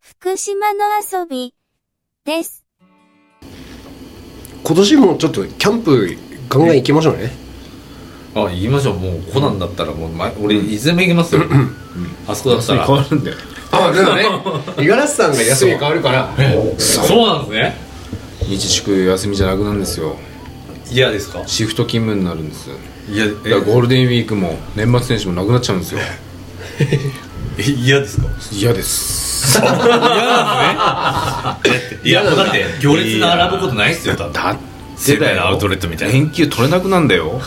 福島の遊びです。今年もちょっとキャンプガンガン行きましょうねあ行きましょうもうコナンだったらもう前俺いつでも行きますよあそこだった変 らわるんだよあでもね 五十嵐さんが休み変わるからそうなんですね日祝休みじゃなくなるんですよ嫌ですかシフト勤務になるんですだかいやらゴールデンウィークも年末年始もなくなっちゃうんですよえ嫌ですか嫌ですいやだって行列並ぶことないっすよ多分だっ仙台のアウトレットみたいな連休取れなくなんだよ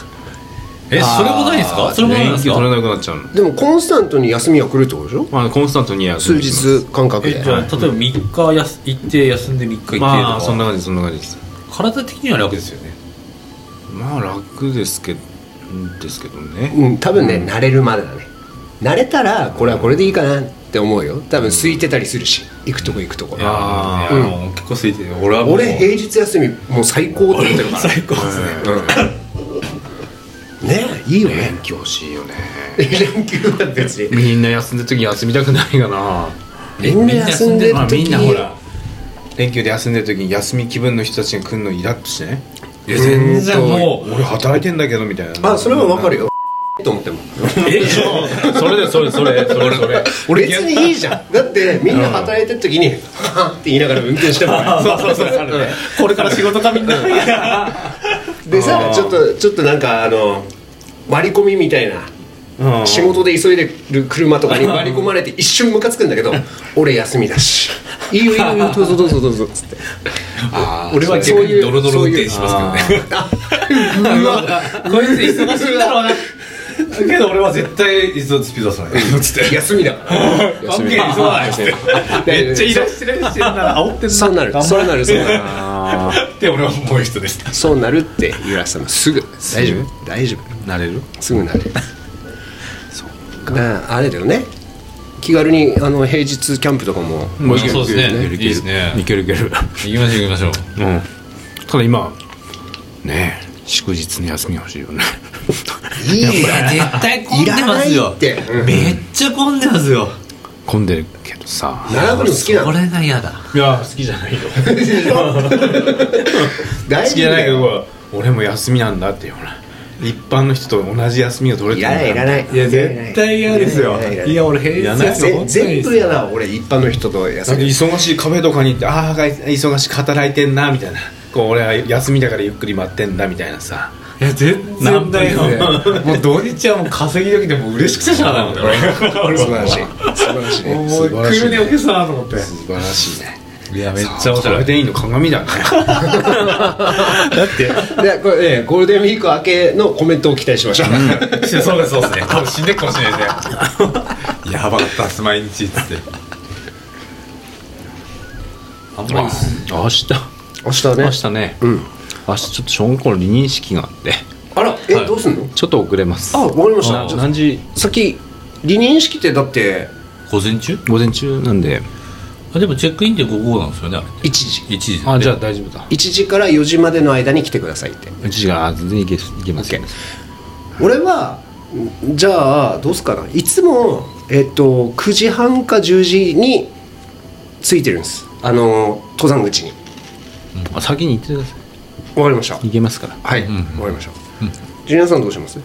えそれもないんですかそれもないん連です休取れかなくなっちゃうのでもコンスタントに休みが来るってことでしょまあコンスタントにや数日間隔えでじゃあ例えば3日やす行って休んで3日行ってとまあそんなか感じそんな感じです体的には楽ですよねまあ楽ですけどですけどねうん多分ね慣れるまでだね慣れたらこれはこれでいいかなって思うよ多分空いてたりするし行くとこ行くとこいやあーもう結構空いてる俺はもう俺平日休みもう最高って言ってる から最高ですねねいいよね勉強しいよね連休は別にみんな休んでる時休みたくないかなみんな休んでるまあ時みんなほら連休で休んでる時に休み気分の人たちに来るのイラッとしてねいや全然もう俺働いてんだけどみたいなあそれはわかるよ と思ってもえ そうそれでそれそれそれそ れ俺別にいいじゃんだってみんな働いてる時に 「はぁって言いながら運転しても らうそうそうそうこれから仕事かみんなでさちょっとちょっとなんかあの割り込みみたいなうん仕事で急いでる車とかに割り込まれて一瞬ムカつくんだけど俺休みだしいいよいいよいい よどうぞどうぞどうぞっつって俺は逆にドロドロ運転しますけどねこいつ忙しいんだろうなけど俺は絶対いつスピード出さないつって休みだから関係ないそうだよめっちゃイラしてるしてんな煽ってんそうなるそうなるそうなるって俺は思う人でしたそうなるって言わせたのすぐ大丈夫大丈夫なれるすぐなるそうかあれだよね気軽にあの平日キャンプとか ももそうですねいいですねいけるいける行きましょう行きましょううんただ今ねえ祝日の休み欲しいよね いいや絶対いらないってうんめっちゃ混んでますよ混んでるけどさ並ぶの好きなのれが嫌だいや好きじゃないよ大好丈き夫じゃなだいけどよほら俺も休みなんだってほら一般の人と同じ休みを取れいてらないいらないいや絶対嫌ですよいやいやいやいや俺平日休みぜ本当にい全いです部やだ俺一般の人となん休かみ忙しいカフェとかに行ってああ忙しく働いてんなみたいなこう俺は休みだからゆっくり待ってんだみたいなさいや全然だよもう土日はもう稼ぎ時でもう嬉しくてしゃあないもんね俺素晴らしい素晴らしいねもう晴らしい来るでおけさなと思って素晴らしいねいやめっちゃ面カフ白ェい店員の鏡だねだってでこれ、ね、ゴールデンウィーク明けのコメントを期待しましょう、 そうですそうですね多分死んでるかもしれないですねやばかったっす毎日っつってあんまり明日明日ね明日ね、明日ちょっと小学校の離任式があってあらえ、どうすんのちょっと遅れますあわかりましたあじゃあ何時先離任式ってだって午前中午前中なんであでもチェックインって午後なんですよねあれって1時1時あじゃあ大丈夫だ1時から4時までの間に来てくださいって1時からあ全然いけいけますよ、俺はんじゃあどうすっかないつも、えっと9時半か10時についてるんですあの登山口にあ先に行ってくださわかりましたい行けますからはい、んわかりました、ジュニアさんどうします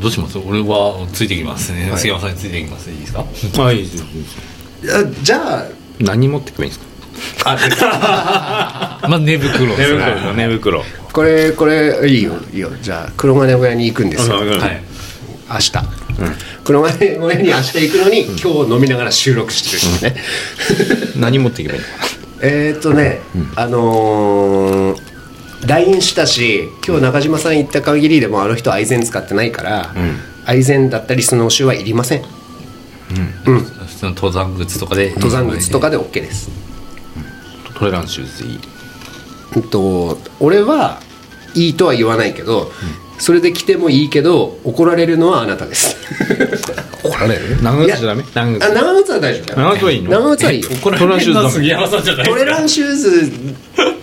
どうします俺はついてきますね、杉山さんについてきますいいですかはいいいですよあじゃあ何持ってくばいいんですかまあ寝袋ですね寝袋これこれいいよいいよじゃあ黒金小屋に行くんですよ明はい日、黒金小屋に明日行くのに、今日飲みながら収録して るね、何持っていけばいいのえーっとね、あのー LINE したし今日中島さん行った限りでもあの人アイゼン使ってないから、アイゼンだったりスノーシューはいりません普通の登山靴とかで登山靴とかで OK です、トレランシューズでいいうんと俺はいいとは言わないけど、それで来てもいいけど怒られるのはあなたです 怒られる長い靴やじゃダメ長あ靴長靴は大丈夫だよ長靴はいいの長靴はいいよこれトランシューズだもん杉山さんじ ゃないトレランシューズ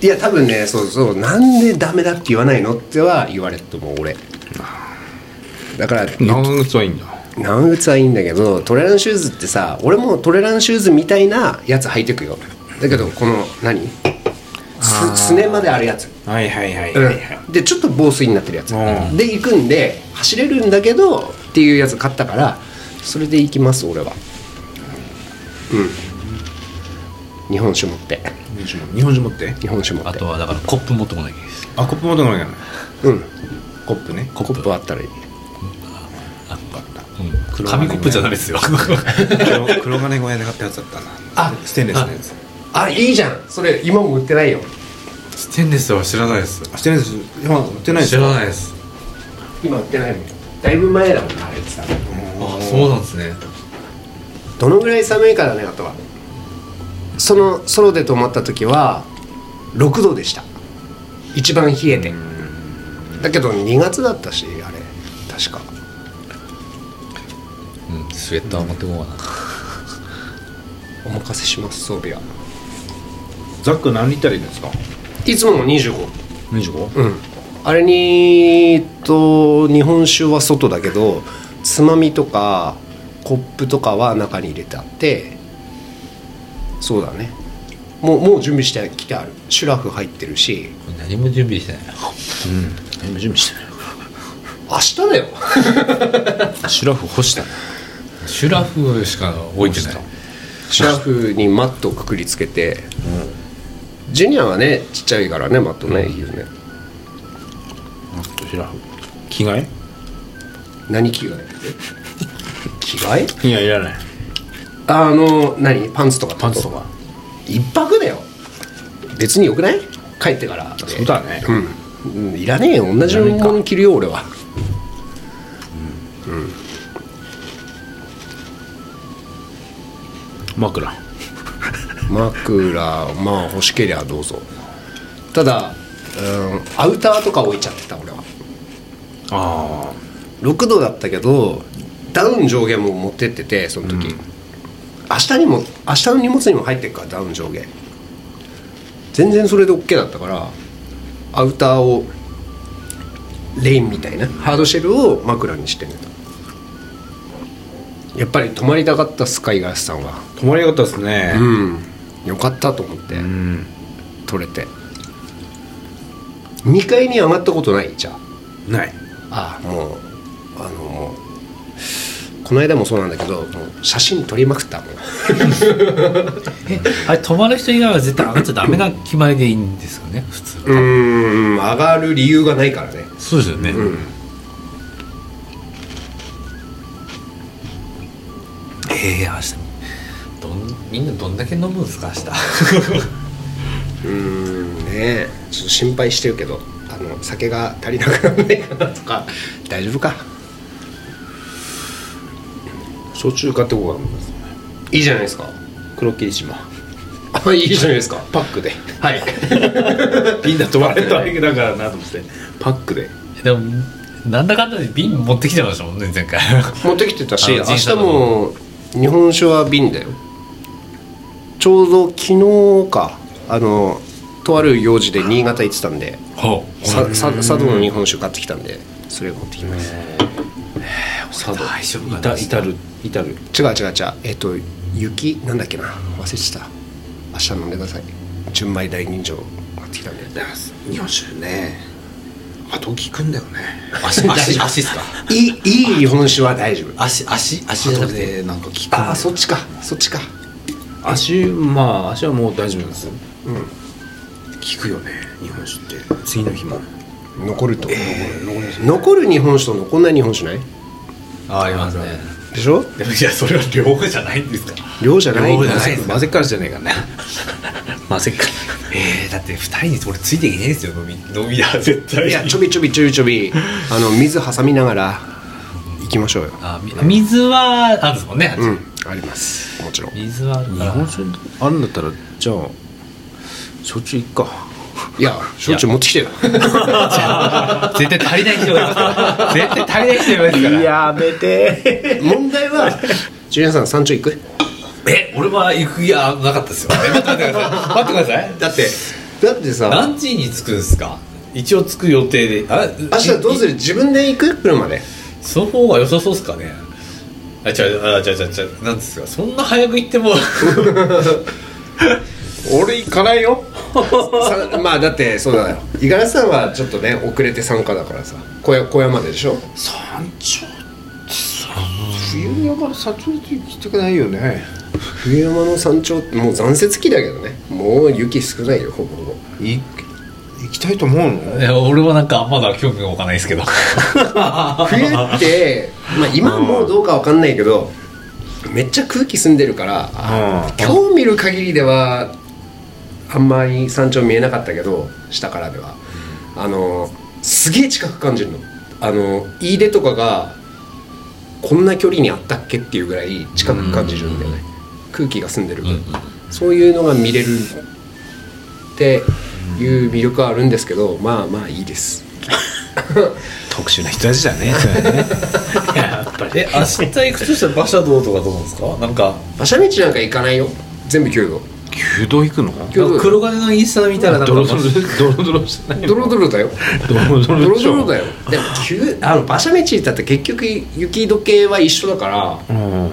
いや多分ねそうそうなんでダメだって言わないのっては言われると思う俺だから長靴はいいんだ長靴はいいんだけどトレランシューズってさ俺もトレランシューズみたいなやつ履いてくよだけどこの何すすねまであるやつ、はいはいはいはいはい、うんでちょっと防水になってるやつ、うんで行くんで走れるんだけどっていうやつ買ったからそれで行きます俺はうん日本酒持って日本酒も日本酒持って日本酒持ってあとはだからコップ持ってこなきゃいけないですあコップ持ってこないかなうんコップねコップあったらいいうん紙コップじゃダメですよ黒黒金小屋で買ったやつだったなあステンレスのやつあいいじゃんそれ今も売ってないよステンレスは知らないですステンレス今売ってないです知らないです今売ってないもんだいぶ前だもんなあれってさあそうなんですねどのぐらい寒いかだねあとはそのソロで泊まった時は6度でした一番冷えてだけど2月だったしあれ確かうんスウェッター持ってこうかなお任せします装備はザック何リッターでいいんですかいつもの25 25うんあれにえっと日本酒は外だけどつまみとかコップとかは中に入れてあってそうだねもうもう準備してきてあるシュラフ入ってるし何も準備してない全部準備してる明日だよシュラフ干したシュラフしか置いてないシャフにマットをくくりつけて、ジュニアはねちっちゃいからねマットね、いいよねシュラフ着替え何着替え着替えいやいらないあの何パンツとかパンツとか一泊だよ別によくない帰ってからでそうだねうん、うんいらねえよ同じもの着るよ俺は枕枕まあ欲しけりゃどうぞただ、うん、アウターとか置いちゃってた俺はあ6度だったけどダウン上下も持ってっててその時、明日にも明日の荷物にも入ってるからダウン上下全然それで OK だったからアウターをレインみたいなハードシェルを枕にして寝たやっぱり泊まりたかったスカイガラスさんはあ泊まりよかったですねうんよかったと思って、うん取れて2階に上がったことないじゃあないあもうあのもうこの間もそうなんだけどもう写真撮りまくったもんえあれ泊まる人以外は絶対上がっちゃダメな決まりでいいんですよね普通うーん上がる理由がないからねそうですよね、ええ明日どんみんなどんだけ飲むんですか明うーんねえちょっと心配してるけどあの酒が足りなくなんないかなとか大丈夫か焼酎買ってこうかと思いますいいじゃないですか黒霧島あいいじゃないですかパックではい ピンだと割れたわけだからなと思ってパックで日 でもなんだかんだで瓶持ってきてましたもんね前回持ってきてたしあ明の自日転車のも日本酒は瓶だよちょうど昨日かあのとある用事で新潟行ってたんでほささ佐渡の日本酒買ってきたんでそれを持ってきます佐渡大丈夫かないた至る至る違う違う違うえっ、と雪なんだっけな忘れてた明日飲んでください純米大吟醸買ってきたんで日本酒ね後聞くんだよね足足足っすかいいいい日本酒は大丈夫足足足じゃ後なくてでなんか聞くああそっちかそっちか足まあ足はもう大丈夫なんですうん聞くよね日本酒って次の日も残ると、残る日本酒と残んない日本酒ないあありますねでしょでもいやそれは両方じゃないんですか量じゃないんだ量じゃないです混ぜっからじゃねえかね混ぜっからええだって二人に俺ついていけないですよ飲み 飲みだ絶対いやちょびちょびちょびちょびあの水挟みながら行きましょうよあみ水はあるんですもんね、うんありますもちろん水はあるか日ら本酒あるんだったらじゃあ焼酎いっかいや焼酎持ってきてよ絶対足りない人がいますから絶対足りない人がいますからやめて問題はジュニアさん山頂行くえ俺は行く気はなかったですよえ待ってください待ってくださいだってだってさ何時に着くんですか一応着く予定であ明日どうするる自分で行く車でその方が良さそうですかねあ違うあ違う違う違うなんですかそんな早く行っても俺行かないよさまあだってそうだよ五十嵐さんはちょっとね遅れて参加だからさ小屋小屋まででしょ山頂冬山の山頂って行きたくないよね冬山の山頂ってもう残雪期だけどねもう雪少ないよほぼほぼい行きたいと思うのいや俺はなんかまだ興味が湧かないですけど冬って、まあ、今もうどうかわかんないけどめっちゃ空気澄んでるからあ今日見る限りではあんまり山頂見えなかったけど下からではあのすげえ近く感じるのあの飯出とかがこんな距離にあったっけっていうぐらい近く感じるんだよね空気が澄んでる分、そういうのが見れるっていう魅力はあるんですけどまあまあいいです特殊な人たちだねそれねやっぱり え明日行くとしたら馬車道とかどうなんですかなんか馬車道なんか行かないよ全部9度弓道行くの今日黒金のインスタ見たらなんかドロドロドロドロしてないドロドロだよドロドドロロでしドょロだよでも急あの馬車道だって結局雪時計は一緒だからうん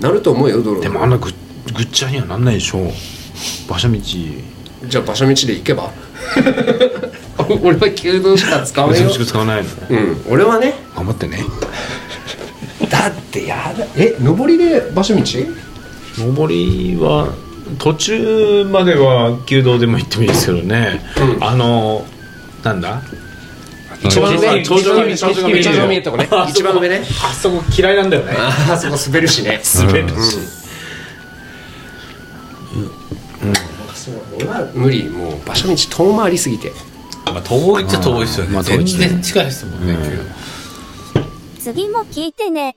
なると思うよドロでドもあんロなぐぐっちゃにはなんないでしょ馬車道じゃあ馬車道で行けば俺は9度しか使わない珍よしく使わないのうん俺はね頑張ってねだってやだえ上りで馬車道上りは途中までは弓道でも行ってもいいですけどね、あのなんだ一番上頂上が見える頂上が見える頂上が見えるとこね一番上ねあそこ嫌いなんだよねああそこ滑るしね滑るし、そう俺は無理もう馬車道遠回りすぎてまあ遠いっちゃ遠いですよね、まあ遠いっ全すね然近いですもんね、次も聞いてね。